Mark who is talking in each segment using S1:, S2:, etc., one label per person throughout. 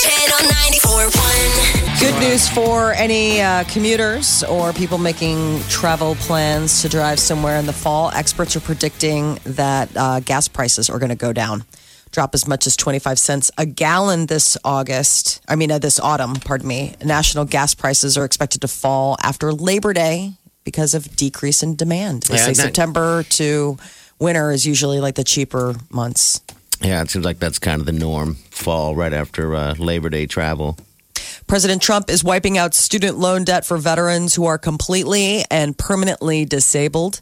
S1: Channel 94.1.
S2: Good news for any uh, commuters or people making travel plans to drive somewhere in the fall. Experts are predicting that uh, gas prices are going to go down, drop as much as 25 cents a gallon this August. I mean, uh, this autumn, pardon me. National gas prices are expected to fall after Labor Day because of decrease in demand. They
S3: Yeah,
S2: say
S3: and that-
S2: September to winter is usually like the cheaper months.
S3: Yeah, it seems like that's kind of the norm. Fall right after uh, Labor Day travel.
S2: President Trump is wiping out student loan debt for veterans who are completely and permanently disabled.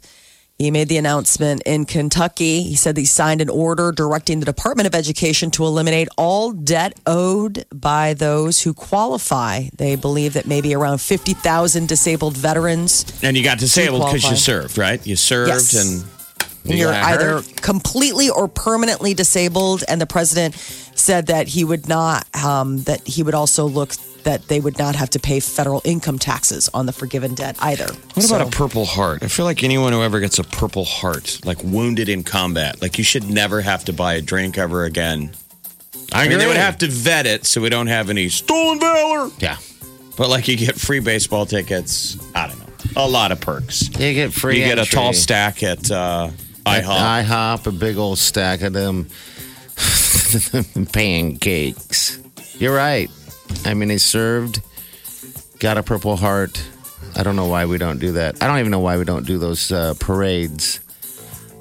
S2: He made the announcement in Kentucky. He said he signed an order directing the Department of Education to eliminate all debt owed by those who qualify. They believe that maybe around 50,000 disabled veterans.
S4: And you got disabled because you
S2: qualify.
S4: served, right? You served
S2: Yes.
S4: and you
S2: You're
S4: got
S2: either
S4: hurt.
S2: completely or permanently disabled. And the president said that he would not, um, that he would also look that they would not have to pay federal income taxes on the forgiven debt either.
S4: What
S2: So-
S4: about a Purple Heart? I feel like anyone who ever gets a Purple Heart, like wounded in combat, like you should never have to buy a drink ever again. I mean, they would have to vet it so we don't have any stolen valor.
S3: Yeah.
S4: But like you get free baseball tickets. I don't know. A lot of perks.
S3: You get free.
S4: you get a
S3: entry.
S4: tall stack at uh,
S3: At
S4: IHOP.
S3: IHOP, a big old stack of them pancakes. You're right. I mean, he served, got a Purple Heart. I don't know why we don't do that. I don't even know why we don't do those uh, parades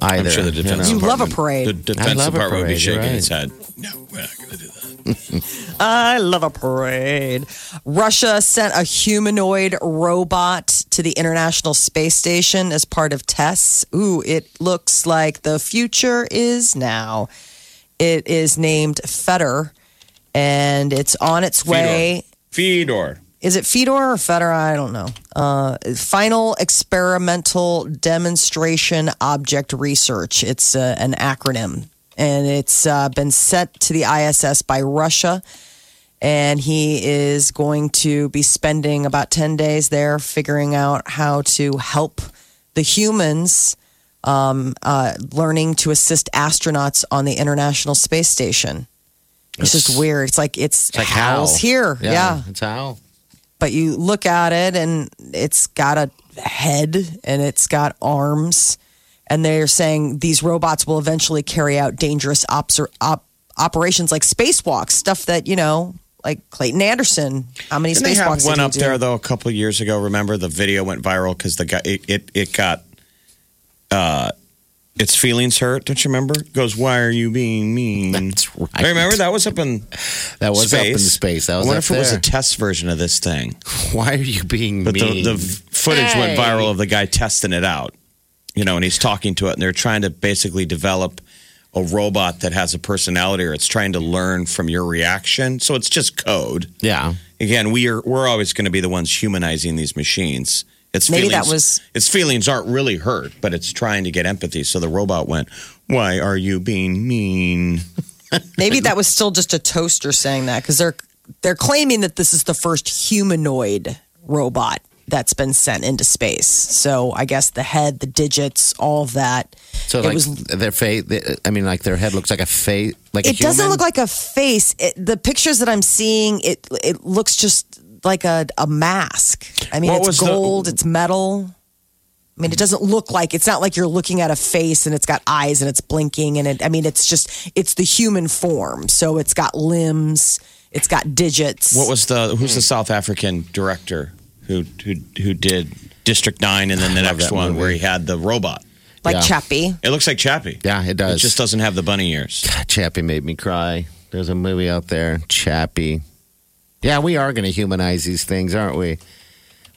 S3: either.
S4: sure the
S3: you
S4: defense
S2: You
S3: know.
S2: love a
S4: The
S2: parade.
S4: defense
S3: love a
S4: department would be
S3: parade,
S4: shaking
S3: you're
S4: its head. No, we're not going to do that.
S2: I love a parade. Russia sent a humanoid robot to the International Space Station as part of tests. Ooh, it looks like the future is now. It is named Feder and it's on its way.
S4: Fedor.
S2: is it Fedor or Fedor? I don't know. Uh, final experimental demonstration object research. It's uh, an acronym, and it's uh, been sent to the ISS by Russia. And he is going to be spending about ten days there, figuring out how to help the humans um, uh, learning to assist astronauts on the International Space Station. It's, just weird. It's like it's,
S3: It's like
S2: how's
S3: how
S2: here, yeah
S3: it's how.
S2: but you look at it and it's got a head and it's got arms and they're saying these robots will eventually carry out dangerous obser- op- operations like spacewalks stuff that you know like clayton anderson how many
S4: Didn't they have
S2: spacewalks
S4: one
S2: did he
S4: up
S2: do?
S4: there though a couple years ago. Remember the video went viral because the guy it, it it got uh its feelings hurt. Don't you remember? It goes, why are you being mean?
S3: That's right.
S4: I remember that was up in
S3: That was
S4: space.
S3: up in space. That was
S4: I wonder
S3: up
S4: if it was a
S3: there.
S4: test version of this thing.
S3: why are you being
S4: But the,
S3: mean?
S4: the v- footage went viral of the guy testing it out. You know, and he's talking to it, and they're trying to basically develop a robot that has a personality, or it's trying to learn from your reaction. So it's just code
S3: yeah.
S4: again, we are we're always going to be the ones humanizing these machines. It's
S2: Maybe
S4: feelings,
S2: that was-
S4: its feelings aren't really hurt, but it's trying to get empathy. So the robot went, "Why are you being mean?"
S2: maybe that was still just a toaster saying that because they're they're claiming that this is the first humanoid robot that's been sent into space so i guess the head the digits all of that
S3: So
S2: it
S3: like
S2: was
S3: their face. I mean, like their head looks like a face. Like
S2: it
S3: a
S2: doesn't
S3: human.
S2: look like a face. It, the pictures that I'm seeing, it it looks just like a, a mask. I mean,
S4: What
S2: it's
S4: was the-
S2: gold, it's metal. I mean, it doesn't look like it's not like you're looking at a face and it's got eyes and it's blinking and it. I mean, it's just it's the human form. So it's got limbs, it's got digits.
S4: What was the who's the South African director who who who did District Nine, and then the
S3: love
S4: next
S3: that
S4: one
S3: movie.
S4: where he had the robot?
S2: like
S3: yeah.
S2: Chappie?
S4: It looks like Chappie.
S3: Yeah, it does.
S4: It just doesn't have the bunny ears.
S3: Chappie made me cry. There's a movie out there, Chappie. Yeah, we are going to humanize these things, aren't we?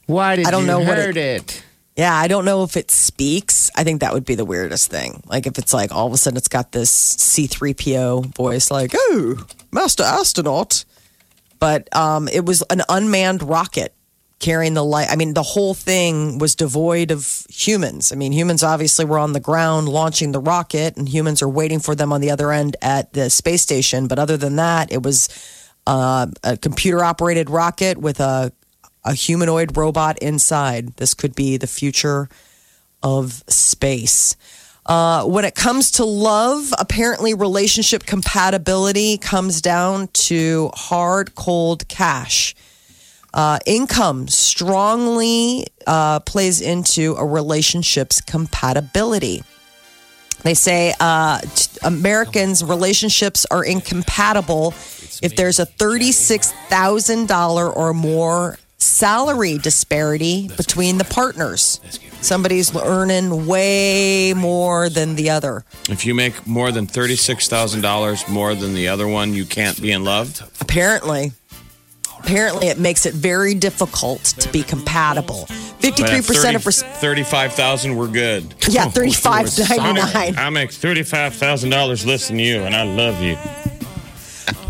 S3: Why did
S2: I don't
S3: you
S2: know what
S3: hurt it?
S2: Yeah, I don't know if it speaks. I think that would be the weirdest thing. Like if it's like all of a sudden it's got this C3PO voice like, "Oh, master astronaut." But um it was an unmanned rocket carrying the light. I mean, the whole thing was devoid of humans. I mean, humans obviously were on the ground launching the rocket and humans are waiting for them on the other end at the space station, but other than that, it was uh, a computer operated rocket with a a humanoid robot inside. This could be the future of space. Uh, when it comes to love, apparently relationship compatibility comes down to hard, cold cash. Uh, income strongly uh, plays into a relationship's compatibility. They say uh, t- Americans' relationships are incompatible if there's a $36,000 or more salary disparity between the partners. Somebody's earning way more than the other.
S4: If you make more than $36,000 more than the other one, you can't be in love.
S2: Apparently, apparently it makes it very difficult to be compatible.
S4: But at
S2: 53% of res-
S4: 35,000, we're good.
S2: Yeah, 35.99.
S4: I make $35,000 less than you, and I love you.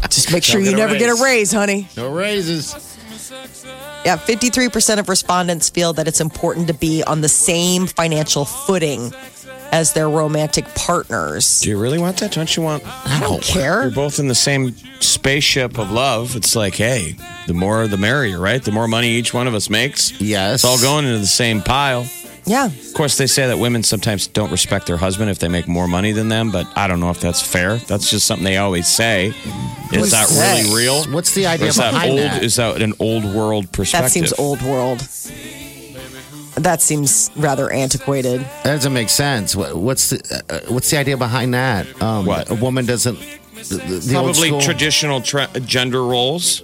S2: Just make sure
S3: Don't
S2: you
S3: get a
S2: never get a
S3: raise.
S2: raise, honey.
S3: No raises.
S2: Yeah, 53% of respondents feel that it's important to be on the same financial footing as their romantic partners.
S4: Do you really want that? Don't you want.
S2: I don't
S4: You're
S2: care.
S4: both in the same spaceship of love. It's like, hey, the more the merrier, right? The more money each one of us makes.
S3: Yes.
S4: It's all going into the same pile.
S2: Yeah.
S4: Of course, they say that women sometimes don't respect their husband if they make more money than them, but I don't know if that's fair. That's just something they always say. Is that
S3: Yes.
S4: really real?
S3: What's the idea
S4: Is that
S3: behind
S4: old?
S3: that?
S4: Is that an old world perspective?
S2: That seems old world. That seems rather antiquated.
S3: That doesn't make sense. What, what's the uh, what's the idea behind that? Um,
S4: What?
S3: a woman doesn't the, the- the old
S4: Probably
S3: school
S4: traditional tra- gender roles.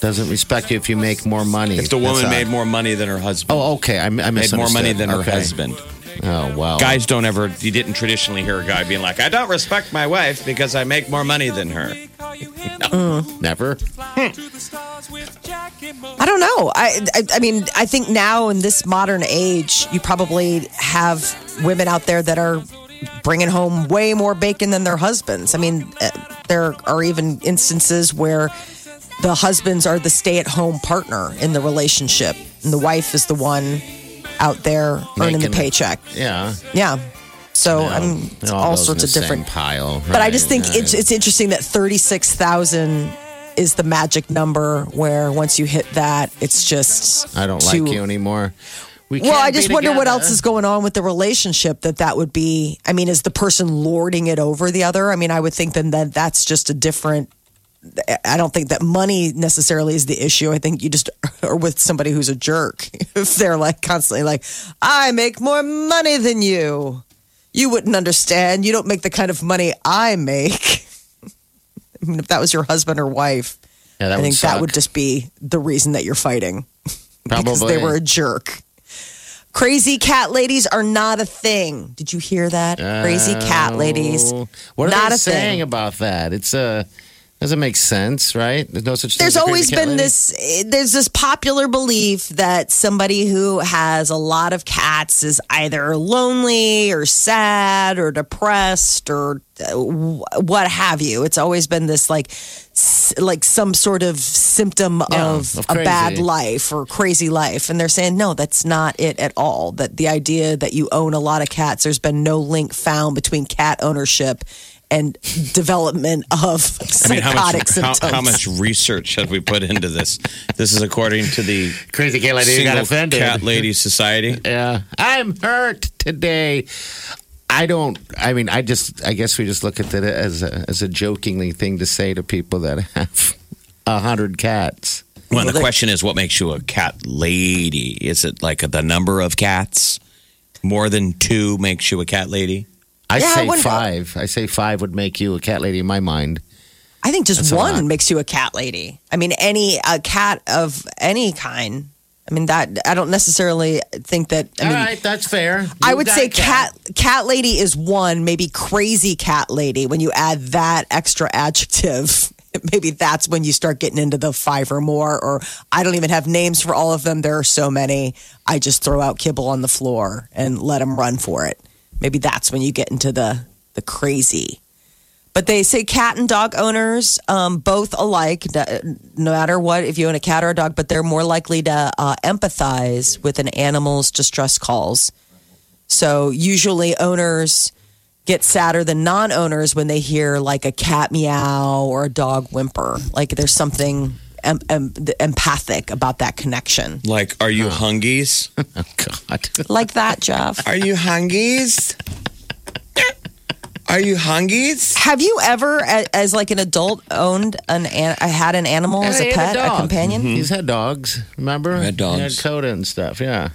S3: doesn't respect you if you make more money.
S4: If the
S3: That's
S4: woman
S3: odd.
S4: made more money than her husband,
S3: Oh, okay. I, I
S4: made more money
S3: misunderstood.
S4: than her
S3: Okay.
S4: husband.
S3: Oh wow.
S4: Guys don't ever. You didn't traditionally hear a guy being like, "I don't respect my wife because I make more money than her."
S3: never.
S2: I don't know. I, I I mean, I think now in this modern age, you probably have women out there that are bringing home way more bacon than their husbands. I mean, uh, there are even instances where the husbands are the stay-at-home partner in the relationship, and the wife is the one out there earning the
S3: Making it.
S2: paycheck.
S3: Yeah.
S2: Yeah. So I mean,
S3: It
S2: it's
S3: all
S2: all,
S3: goes in
S2: sorts
S3: the
S2: of different
S3: same pile.
S2: but I just think it's it's interesting that thirty six thousand is the magic number where once you hit that, it's just
S3: I don't
S2: too-
S3: like you anymore. We
S2: Well,
S3: can't
S2: I just
S3: be
S2: wonder what
S3: together.
S2: else is going on with the relationship that that would be. I mean, is the person lording it over the other? I mean, I would think then that that's just a different. I don't think that money necessarily is the issue. I think you just are with somebody who's a jerk. If they're like constantly like, I make more money than you, you wouldn't understand. You don't make the kind of money I make. I mean, if that was your husband or wife,
S3: Yeah, that
S2: I
S3: would
S2: think that
S3: suck.
S2: would just be the reason that you're fighting because
S3: Probably.
S2: they were a jerk. Crazy cat ladies are not a thing. Did you hear that? Crazy cat ladies.
S3: Oh. What are
S2: not
S3: they
S2: a
S3: saying
S2: thing.
S3: about that? It's uh, doesn't make sense, right? There's no such.
S2: There's
S3: thing as a
S2: always
S3: crazy cat
S2: been
S3: lady.
S2: this. eh, There's this popular belief that somebody who has a lot of cats is either lonely or sad or depressed or eh, wh- what have you. It's always been this like, s- like some sort of symptom
S3: Yeah,
S2: of,
S3: of
S2: a bad
S3: crazy.
S2: life or crazy life, and they're saying no, that's not it at all. That the idea that you own a lot of cats, there's been no link found between cat ownership. And development of
S4: I mean,
S2: psychotic
S4: how much, how,
S2: symptoms.
S4: how much research have we put into this? This is according to the
S3: crazy cat lady who got
S4: Single
S3: offended.
S4: Cat Lady Society.
S3: Yeah, I'm hurt today. I don't. I mean, I just. I guess we just look at that as a as a jokingly thing to say to people that have a hundred cats.
S4: Well, the question is, what makes you a cat lady? Is it like the number of cats? More than two makes you a cat lady?
S3: I
S2: Yeah, I
S3: say
S2: wouldn't-
S3: five. I say five would make you a cat lady in my mind.
S2: I think just
S3: That's a lot.
S2: one makes you a cat lady. I mean, any a cat of any kind. I mean that I don't necessarily think that. I mean,
S3: that's fair.
S2: I would say cat cat lady is one, maybe crazy cat lady. When you add that extra adjective, maybe that's when you start getting into the five or more, or I don't even have names for all of them. There are so many. I just throw out kibble on the floor and let them run for it. Maybe that's when you get into the, the crazy. But they say cat and dog owners, um, both alike, that- no matter what, if you own a cat or a dog, but they're more likely to uh, empathize with an animal's distress calls. So usually owners get sadder than non owners when they hear like a cat meow or a dog whimper. Like there's something em- em- empathic about that connection.
S4: Like, are you hungies?
S3: Oh, God.
S2: Like that, Jeff.
S4: Are you hungies? Are you hungies?
S2: Have you ever, a- as like an adult, owned an, an had an animal as
S3: Yeah,
S2: a
S3: he had
S2: pet, a,
S3: dog.
S2: companion?
S3: Mhm. He's had dogs. Remember?
S4: Had dogs.
S3: He had Coda and stuff. Yeah.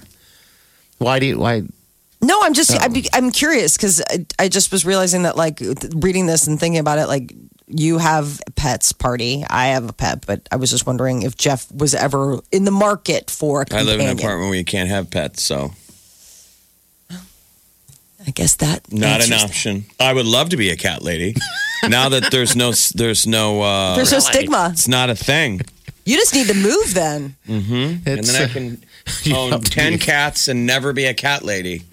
S3: Why do you? Why?
S2: No, I'm just I'm,
S4: Oh.
S2: I'm curious because I, I just was realizing that like reading this and thinking about it like you have pets party I have a pet but I was just wondering if Jeff was ever in the market for a
S4: I
S2: companion.
S4: live in an apartment where you can't have pets, so
S2: I guess that
S4: not an
S2: answers-
S4: option. I would love to be a cat lady. now that there's no, there's no, uh,
S2: There's no stigma.
S4: It's not a thing.
S2: You just need to move then.
S4: and
S3: It's,
S4: then I
S3: uh,
S4: can
S3: you
S4: own
S3: have to
S4: ten
S3: be-
S4: cats and never be a cat lady.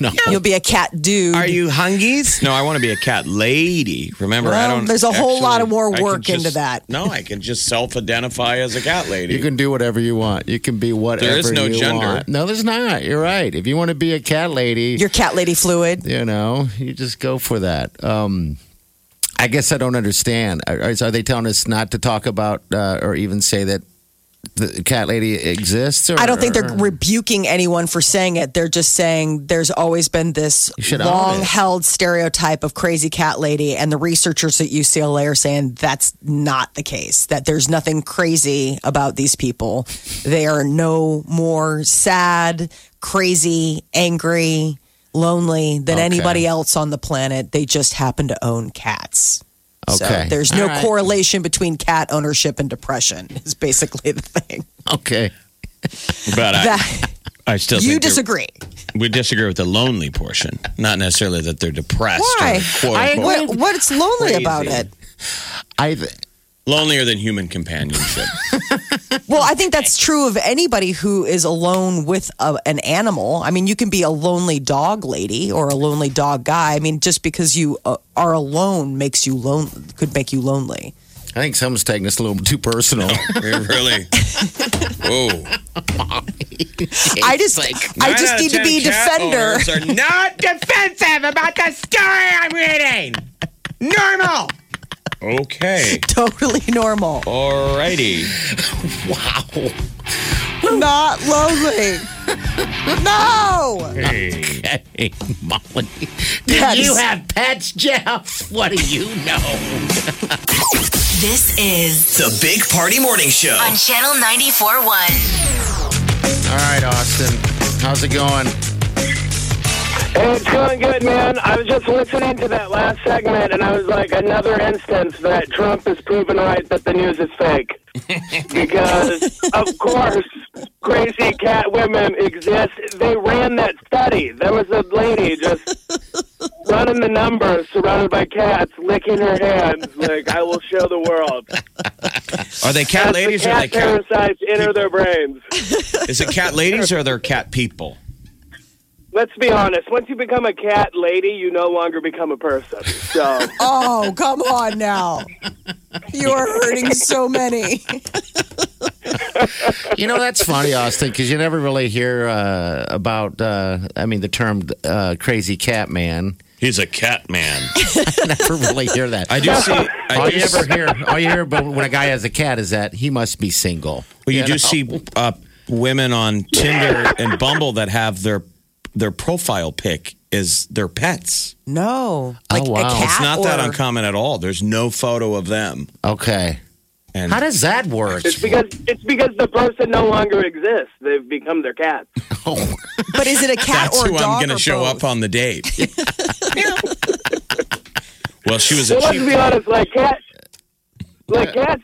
S3: No.
S2: You'll be a cat dude.
S4: Are you hungies? No, I want to be a cat lady. Remember, I
S2: Well,
S4: don't.
S2: there's a whole lot of more
S4: I can
S2: work
S4: just-
S2: into that.
S4: No, I can just self-identify as a cat lady.
S3: You can do whatever you want. You can be whatever.
S4: There is no
S3: you
S4: gender.
S3: want. No, there's not. You're right. If you want to be a cat lady,
S2: Your cat lady fluid.
S3: you know, you just go for that. Um, I guess I don't understand. Are, are they telling us not to talk about uh, or even say that the cat lady exists? Or,
S2: I don't think they're rebuking anyone for saying it. They're just saying there's always been this
S3: You should own
S2: long
S3: it.
S2: held stereotype of crazy cat lady, and the researchers at UCLA are saying that's not the case, that there's nothing crazy about these people. They are no more sad, crazy, angry, lonely than
S3: Okay.
S2: anybody else on the planet. They just happen to own cats. So
S3: Okay.
S2: there's no
S3: All right.
S2: correlation between cat ownership and depression, is basically the thing.
S3: Okay.
S4: but I,
S2: That-
S4: I still
S2: you
S4: think they're-
S2: disagree.
S4: We disagree with the lonely portion, not necessarily that they're depressed.
S2: Why?
S4: Or quote,
S3: I
S4: unquote,
S3: agree.
S2: What, what's lonely
S4: Crazy.
S2: about it?
S3: I th-
S4: lonelier than human companionship.
S2: Well, I think that's true of anybody who is alone with a, an animal. I mean, you can be a lonely dog lady or a lonely dog guy. I mean, just because you uh, are alone makes you lone could make you lonely.
S3: I think someone's taking this a little too personal.
S4: We're really. Whoa.
S2: I just, I
S4: Nine
S2: just
S4: out of
S2: need to
S4: 10
S2: be a
S4: cat
S2: defender.
S4: owners Are not defensive about the story I'm reading. Normal. Okay.
S2: totally normal.
S4: Alrighty.
S3: wow.
S2: Not lonely. No.
S4: Hey.
S3: Hey, Molly.
S2: That
S3: Did you
S2: is-
S3: have pets, Jeff? What do you know?
S1: This is
S5: The Big Party Morning Show.
S1: on Channel 94.1.
S3: All right, Austin. How's it going?
S6: Hey, it's going good, man. I was just listening to that last segment, and I was like, another instance that Trump is proven right that the news is fake. because, of course, crazy cat women exist. They ran that study. There was a lady just running the numbers, surrounded by cats, licking her hands, like, I will show the world.
S4: Are they cat
S6: As
S4: ladies
S6: the
S4: or are
S6: cat
S4: they cat?
S6: parasites enter their brains.
S4: Is it cat ladies or are there cat people?
S6: Let's be honest. Once you become a cat lady, you no longer become a person. So.
S2: Oh, come on now. You are hurting so many.
S3: You know, that's funny, Austin, because you never really hear uh, about, uh, I mean, the term uh, crazy cat man.
S4: He's a cat man.
S3: Never really hear that.
S4: I do see. I
S3: all
S4: do
S3: you
S4: see,
S3: ever hear, all you hear about when a guy has a cat is that he must be single.
S4: Well, you
S3: Yeah,
S4: do
S3: no.
S4: see uh, women on Tinder and Bumble that have their their profile pic is their pets.
S2: No. Like a
S3: wow.
S2: cat.
S3: It's
S4: Oh, It's not that
S2: or-
S4: uncommon at all. There's no photo of them.
S3: Okay.
S4: And
S3: How does that work?
S6: It's because it's because the person no longer exists. They've become their cat.
S3: Oh,
S2: But is it a cat
S4: that's
S2: or a
S4: who
S2: dog?
S4: I'm going to
S2: or
S4: show
S2: both?
S4: up on the date. well, she was a
S6: Well, let's be
S4: cheap.
S6: honest. Like cats, like cats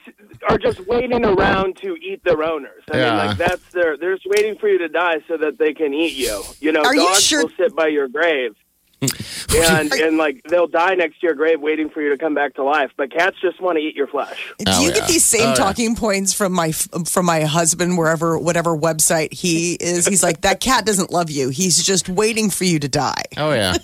S6: are just waiting around to eat their owners. I mean,
S3: Yeah.
S6: like that's their. They're just waiting for you to die so that they can eat you. You know,
S2: Are you
S6: dogs
S2: sure-
S6: will sit by your grave. and and like they'll die next to your grave waiting for you to come back to life. But cats just want to eat your flesh.
S2: Do you
S4: Oh,
S2: get these same talking points from my from my husband wherever whatever website he is? He's like that cat doesn't love you. He's just waiting for you to die.
S3: Oh yeah.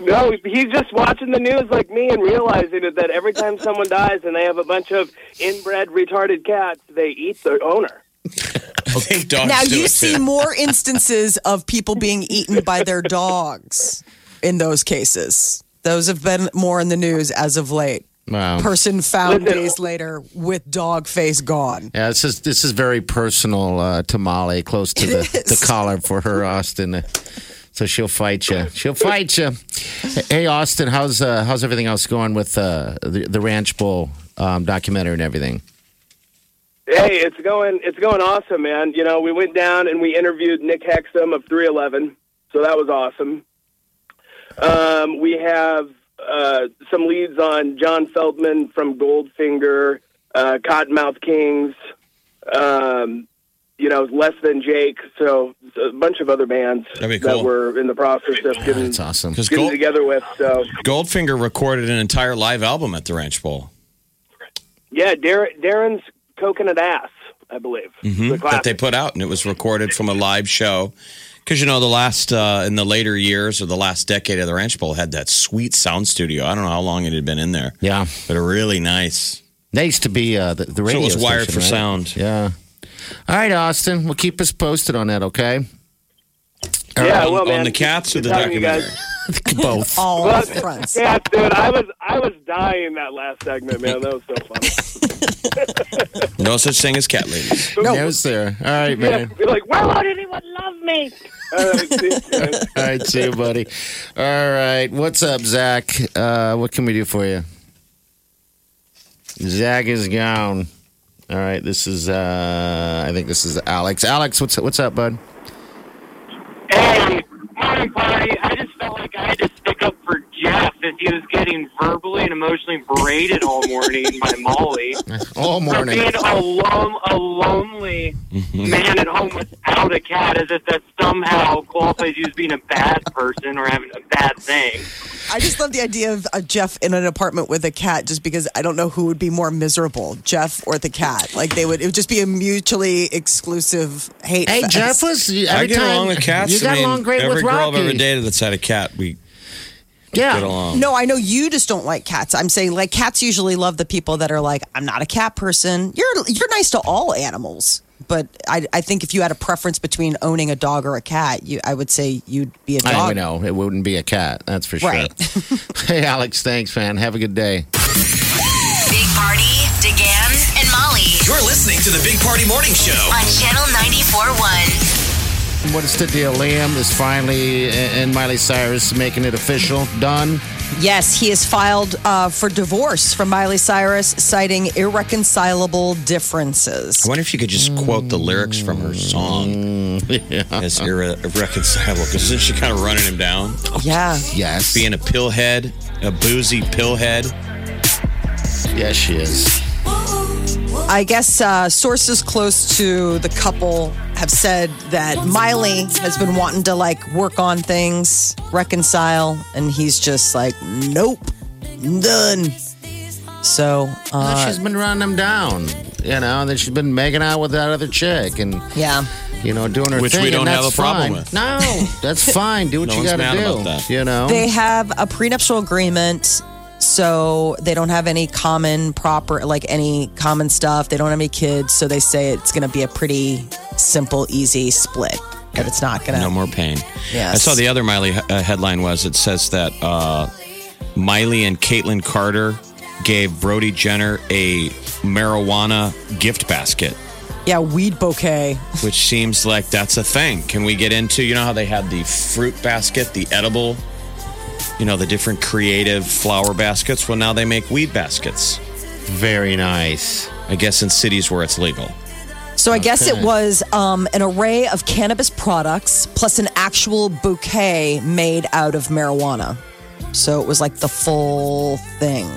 S6: No, he's just watching the news like me and realizing that every time someone dies and they have a bunch of inbred retarded cats, they eat their owner.
S4: I think dogs
S2: Now
S4: do
S2: you
S4: it,
S2: see
S4: too.
S2: more instances of people being eaten by their dogs in those cases. Those have been more in the news as of late.
S3: Wow.
S2: Person found
S6: Listen-
S2: days later with dog face gone.
S3: yeah, this is this is very personal uh, to Molly, close to the,
S2: It
S3: the
S2: is.
S3: collar for her, Austin. So she'll fight you. She'll fight you. Hey, Austin, how's uh, how's everything else going with uh, the, the Ranch Bowl um, documentary and everything?
S6: Hey, it's going it's going awesome, man. You know, we went down and we interviewed Nick Hexum of 311, so that was awesome. Um, we have uh, some leads on John Feldman from Goldfinger, uh, Cottonmouth Kings, um, you know, Less Than Jake, so a bunch of other bands
S4: That'd be
S6: that
S4: cool.
S6: we're in the process of getting,
S3: That's awesome.
S4: Because
S6: getting
S4: Gold,
S6: together with. So,
S4: Goldfinger recorded an entire live album at the Ranch Bowl
S6: yeah, Dar- Darren's Coconut Ass, I believe. The
S4: Mm-hmm. that they
S6: classic.
S4: put out, and it was recorded from a live show. Because you know, the last uh, in the later years or the last decade of the Ranch Bowl had that sweet sound studio. I don't know how long it had been in there,
S3: Yeah,
S4: but really nice.
S3: they used to be uh, the, the
S4: So
S3: radio.
S4: it was wired
S3: station,
S4: for
S3: right?
S4: sound.
S3: Yeah. All right, Austin. Well, keep us posted on that, okay?
S6: yeah,
S4: on,
S6: well,
S4: on
S6: man,
S4: the cats or the
S6: telling you guys-
S4: documentary.
S3: Both.
S2: All
S6: Well,
S2: fronts.
S6: Yeah, dude, I was I was dying that last segment, man. That was so funny.
S4: No such thing as cat ladies.
S2: No.
S3: There's there. All right,
S6: Yeah,
S3: man.
S6: you're like, why won't anyone love me? All right, see you, man.
S3: All right, see you, buddy. All right. What's up, Zach? Uh, what can we do for you? Zach is gone. All right, this is uh I think this is Alex. Alex, what's what's up, bud?
S5: Hey, morning party. I just felt like I had to stick up for Jeff as he was getting verbally and emotionally berated all morning by Molly
S3: All
S5: for
S3: morning.
S5: being a, lone, a lonely man at home without a cat, as if that somehow qualifies you as being a bad person or having a bad thing.
S2: I just love the idea of uh, Jeff in an apartment with a cat, just because I don't know who would be more miserable, Jeff or the cat. Like they would, it would just be a mutually exclusive hate.
S3: Hey,
S2: fest.
S3: Jeff was every
S4: I get
S3: time
S4: along with cats.
S3: You got
S4: I mean,
S3: along great
S4: every
S3: with
S4: girl
S3: Rocky.
S4: I've ever dated that's had a cat, we
S3: yeah.
S4: get along.
S2: No, I know you just don't like cats. I'm saying like cats usually love the people that are like, I'm not a cat person. You're you're nice to all animals, but I I think if you had a preference between owning a dog or a cat, you I would say you'd be a dog.
S3: I know it wouldn't be a cat. That's for sure.
S2: Right.
S3: hey, Alex. Thanks, man. Have a good day.
S1: Big Party, DeGan, and Molly
S7: You're listening to the Big Party Morning Show.
S1: on Channel 94.1.
S3: What is the deal? Liam is finally and Miley Cyrus making it official. Done.
S2: Yes, he has filed uh, for divorce from Miley Cyrus, citing irreconcilable differences.
S4: I wonder if you could just quote the lyrics from her song as irre- irreconcilable because isn't she kind of running him down?
S2: Yeah.
S3: Yes.
S4: Being a pillhead, a boozy pillhead.
S3: yes, she is.
S2: I guess uh, sources close to the couple have said that Miley has been wanting to like work on things, reconcile, and he's just like, nope, done. So, uh,
S3: she's been running him down. You know, that she's been making out with that other chick and
S2: yeah.
S3: you know doing her
S4: Which
S3: thing.
S4: we don't
S3: and
S4: have
S3: that's
S4: a problem
S3: fine.
S4: with.
S3: No, that's fine. Do what
S4: No
S3: you
S4: one's
S3: got to
S4: mad
S3: do.
S4: about that.
S3: You know.
S2: They have a prenuptial agreement, so they don't have any common proper, like any common stuff. They don't have any kids, so they say it's going to be a pretty simple, easy split, but it's not going to.
S4: No more pain.
S2: Yes.
S4: I saw the other Miley uh, headline was it says that uh, Miley and Caitlyn Carter gave Brody Jenner a marijuana gift basket,
S2: Yeah, weed bouquet.
S4: which seems like that's a thing. Can we get into? You know how they had the fruit basket, the edible, you know, the different creative flower baskets. Well, now they make weed baskets.
S3: Very nice.
S4: I guess in cities where it's legal.
S2: So I guess it was um, an array of cannabis products plus an actual bouquet made out of marijuana. So it was like the full thing.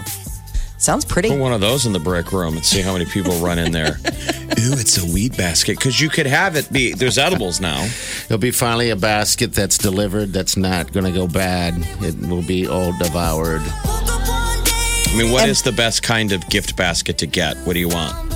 S2: Sounds pretty.
S4: Put one of those in the brick room and see how many people run in there. Ooh, it's a weed basket because you could have it be. There's edibles now.
S3: It'll be finally a basket that's delivered that's not going to go bad. It will be all devoured.
S4: I mean, what is the best kind of gift basket to get? What do you want?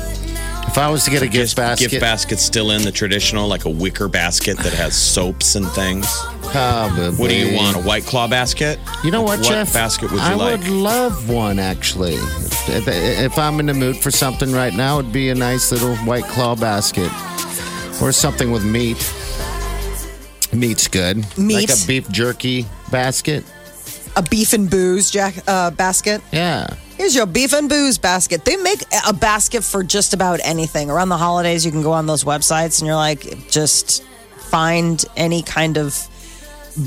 S3: If I was to get a gift
S4: Is
S3: basket,
S4: Gift basket's still in the traditional, like a wicker basket that has soaps and things.
S3: probably.
S4: What do you want? A white claw basket?
S3: You know what,
S4: What
S3: Jeff?
S4: basket would you
S3: I
S4: like?
S3: would love one actually. If, if, if I'm in the mood for something right now, it'd be a nice little white claw basket or something with meat. Meat's good.
S2: Meat?
S3: like a beef jerky basket.
S2: A beef and booze jack, uh, basket.
S3: Yeah,
S2: Here's your beef and booze basket. They make a basket for just about anything. Around the holidays, you can go on those websites and you're like, just find any kind of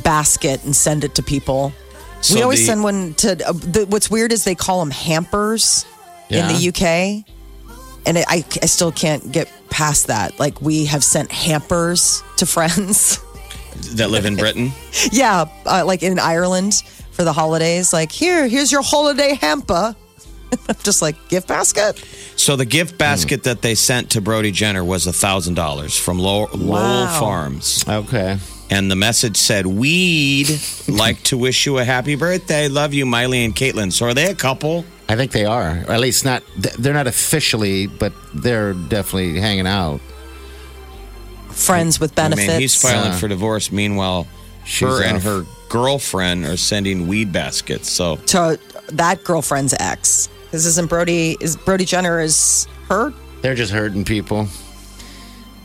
S2: basket and send it to people. we
S4: So
S2: always
S4: the-
S2: send one to. Uh, the, what's weird is they call them hampers in the
S3: Yeah.
S2: UK, and I, I, I still can't get past that. Like we have sent hampers to friends.
S4: that live in Britain.
S2: yeah, uh, like in Ireland for the holidays. Like here, here's your holiday hamper. I'm just like gift basket.
S4: So the gift basket that they sent to Brody Jenner was a thousand dollars from Lo- Lowell
S2: Wow.
S4: Farms,
S3: okay.
S4: and the message said, "We'd like to wish you a happy birthday. Love you, Miley and Caitlin." So are they a couple?
S3: I think they are, or at least not. th- They're not officially, but they're definitely hanging out.
S2: Friends with benefits.
S4: I mean, he's filing
S3: Uh,
S4: for divorce. Meanwhile,
S3: She's
S4: her and
S3: off.
S4: her girlfriend are sending weed baskets. So
S2: to that girlfriend's ex. This isn't Brody. Is Brody Jenner is her?
S3: They're just hurting people.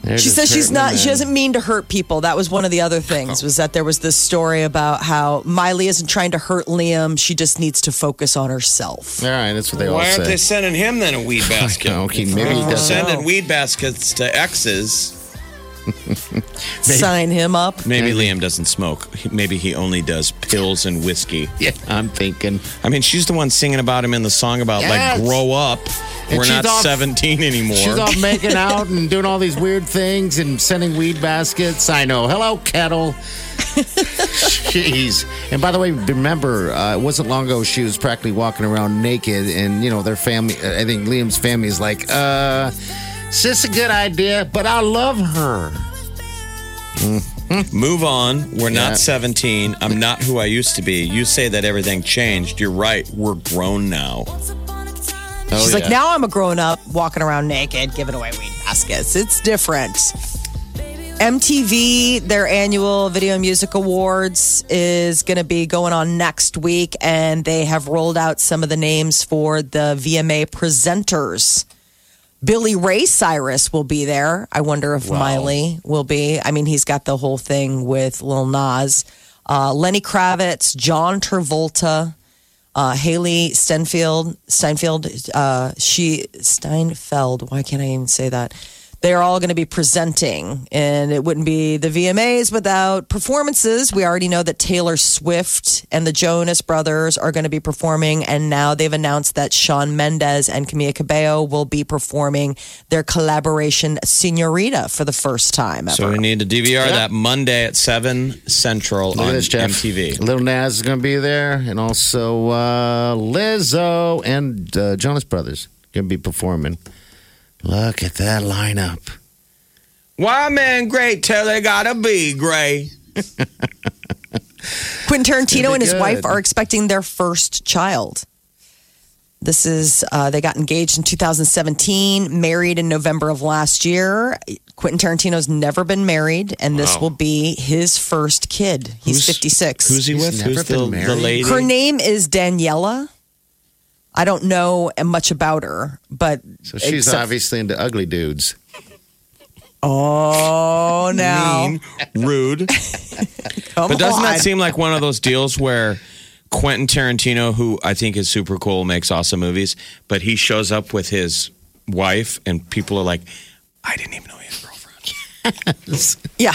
S3: They're
S2: She
S3: just
S2: says she's
S3: hurting
S2: not.
S3: them.
S2: She doesn't mean to hurt people. That was one of the other things. Was that there was this story about how Miley isn't trying to hurt Liam. She just needs to focus on herself.
S3: All right, that's what they all
S4: why
S3: say.
S4: aren't they sending him then a weed basket?
S3: Okay, maybe he
S4: We're
S3: doesn't.
S4: sending weed baskets to exes.
S2: Sign him up.
S3: Oh,
S4: Maybe Liam doesn't smoke. Maybe he only does pills and whiskey.
S3: Yeah, I'm thinking.
S4: I mean, she's the one singing about him in the song about
S3: Yes.
S4: like grow up.
S3: And
S4: We're
S3: she's
S4: not
S3: all-
S4: 17 anymore.
S3: She's all making out and doing all these weird things and sending weed baskets. I know. Hello, kettle. Jeez. And by the way, remember, uh, it wasn't long ago she was practically walking around naked, and you know their family. I think Liam's family is like, uh, "Is this a good idea?" But I love her.
S4: Move on. We're
S3: Yeah.
S4: not 17. I'm not who I used to be. You say that everything changed. You're right. We're grown now.
S3: Oh,
S2: She's like,
S3: yeah.
S2: now I'm a grown up walking around naked, giving away weed baskets. It's different. MTV, their annual Video Music Awards, is going to be going on next week, and they have rolled out some of the names for the VMA presenters. Billy Ray Cyrus will be there. I wonder if Miley will be. I mean, he's got the whole thing with Lil Nas, uh, Lenny Kravitz, John Travolta, uh, Haley Steinfeld. Steinfeld. Uh, she Steinfeld. Why can't I even say that? They are all going to be presenting, and it wouldn't be the VMAs without performances. We already know that Taylor Swift and the Jonas Brothers are going to be performing, and now they've announced that Sean Mendez and Camila Cabello will be performing their collaboration "Senorita" for the first time ever.
S4: So we need to DVR that Monday at 7 Central
S3: Look at
S4: on
S3: this, Jeff.
S4: MTV.
S3: Little Nas is going to be there, and also uh, Lizzo and uh, Jonas Brothers going to be performing. Look at that lineup.
S4: Why man great till they gotta be great?
S2: Quentin Tarantino and his
S3: good.
S2: wife are expecting their first child. This is, uh, they got engaged in 2017, married in November of last year. Quentin Tarantino's never been married, and this will be his first kid. He's 56.
S4: Who's he
S3: He's
S4: with?
S3: never
S4: Who's the,
S3: been
S4: the
S3: married.
S4: lady?
S2: Her name is Daniela. I don't know much about her, but.
S3: So she's
S2: except-
S3: obviously into ugly dudes.
S2: Oh, now.
S4: Mean, rude. But doesn't that seem like one of those deals where Quentin Tarantino, who I think is super cool, makes awesome movies, but he shows up with his wife and people are like, I didn't even know he had a girlfriend.
S2: Yeah.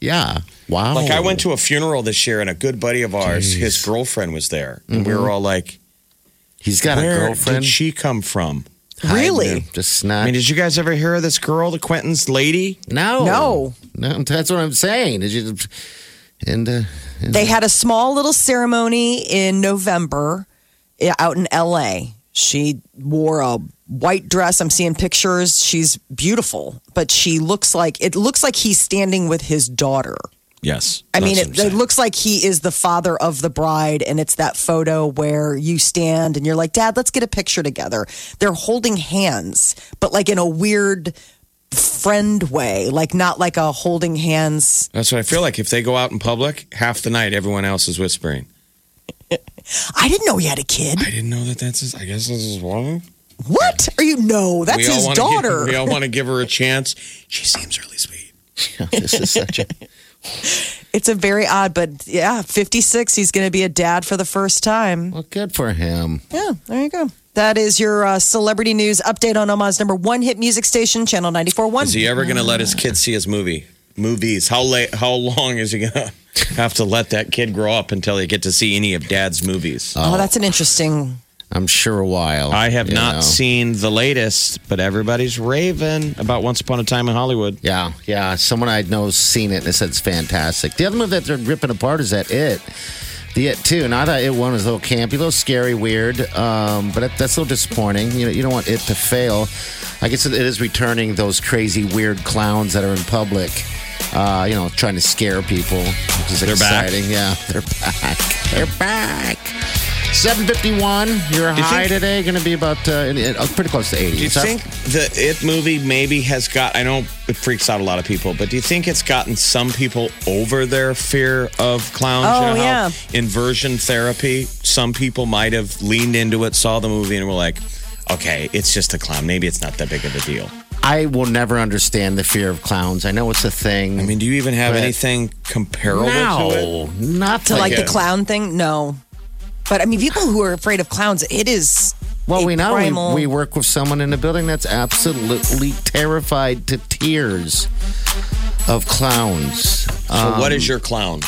S3: Yeah. Wow.
S4: Like I went to a funeral this year and a good buddy of ours, his girlfriend was there. And we were all like,
S3: He's got a
S4: Where
S3: girlfriend.
S4: did she come from?
S3: Hiding
S2: Really?
S3: him. Just not.
S4: I mean, did you guys ever hear of this girl, the Quentin's lady?
S3: no.
S2: No.
S3: No. That's what I'm saying. Did you? And uh,
S2: They had a small little ceremony in November eh, out in LA. She wore a white dress. I'm seeing pictures. She's beautiful, but she looks like it looks like he's standing with his daughter.
S4: Yes.
S2: I mean,
S4: That's
S2: it,
S4: what I'm
S2: it looks like he is the father of the bride, and it's that photo where you stand and you're like, Dad, let's get a picture together. They're holding hands, but like in a weird friend way, like not like a holding hands.
S4: That's what I feel like. If they go out in public, half the night everyone else is whispering.
S2: I didn't know he had a kid.
S4: I didn't know that. That's his. I guess this is one.
S2: What? Are you? No, that's
S4: all
S2: his
S4: wanna
S2: daughter.
S4: Give, we all want to give her a chance. She seems really sweet.
S3: this is such a.
S2: it's a very odd, but yeah, 56, he's going to be a dad for the first time.
S3: Well, good for him.
S2: Yeah, there you go. That is your uh, celebrity news update on Omaha's number one hit music station, Channel 94.1.
S4: Is he ever going to let his kid see his movie? Movies. How late? How long is he going to have to let that kid grow up until they get to see any of Dad's movies?
S2: oh, that's an interesting.
S3: I'm sure a while.
S4: I have
S3: you
S4: not
S3: know.
S4: seen the latest, but everybody's raving about Once Upon a Time in Hollywood.
S3: Yeah, yeah. Someone I know's seen it and said it's fantastic. The other movie that they're ripping apart is that It. The It 2. And I thought It 1 was a little campy, a little scary, weird, um, but that- that's a little disappointing. You know, you don't want It to fail. I guess it is returning those crazy, weird clowns that are in public, uh, you know, trying to scare people, which is
S4: They're back.
S3: exciting. Yeah, they're back. They're back. 751, your
S4: you
S3: high
S4: think-
S3: today going to be about uh, in- in- uh, pretty close to 80.
S4: Do you
S3: What's up?
S4: think the It movie maybe has got? I know it freaks out a lot of people, but do you think it's gotten some people over their fear of clowns?
S2: Oh,
S4: you know how
S2: yeah.
S4: inversion therapy. Some people might have leaned into it, saw the movie, and were like, "Okay, it's just a clown. Maybe it's not that big of a deal."
S3: I will never understand the fear of clowns. I know it's a thing.
S4: I mean, do you even have
S3: But-
S4: anything comparable to it?
S3: no,
S2: To
S3: nothing.
S2: like
S4: Like
S2: the
S4: a-
S2: clown thing? No. But I mean, people who are afraid of clowns, it is.
S3: well, we know
S2: primal-
S3: we, we work with someone in the building that's absolutely terrified to tears of clowns. Um,
S4: So what is your clown?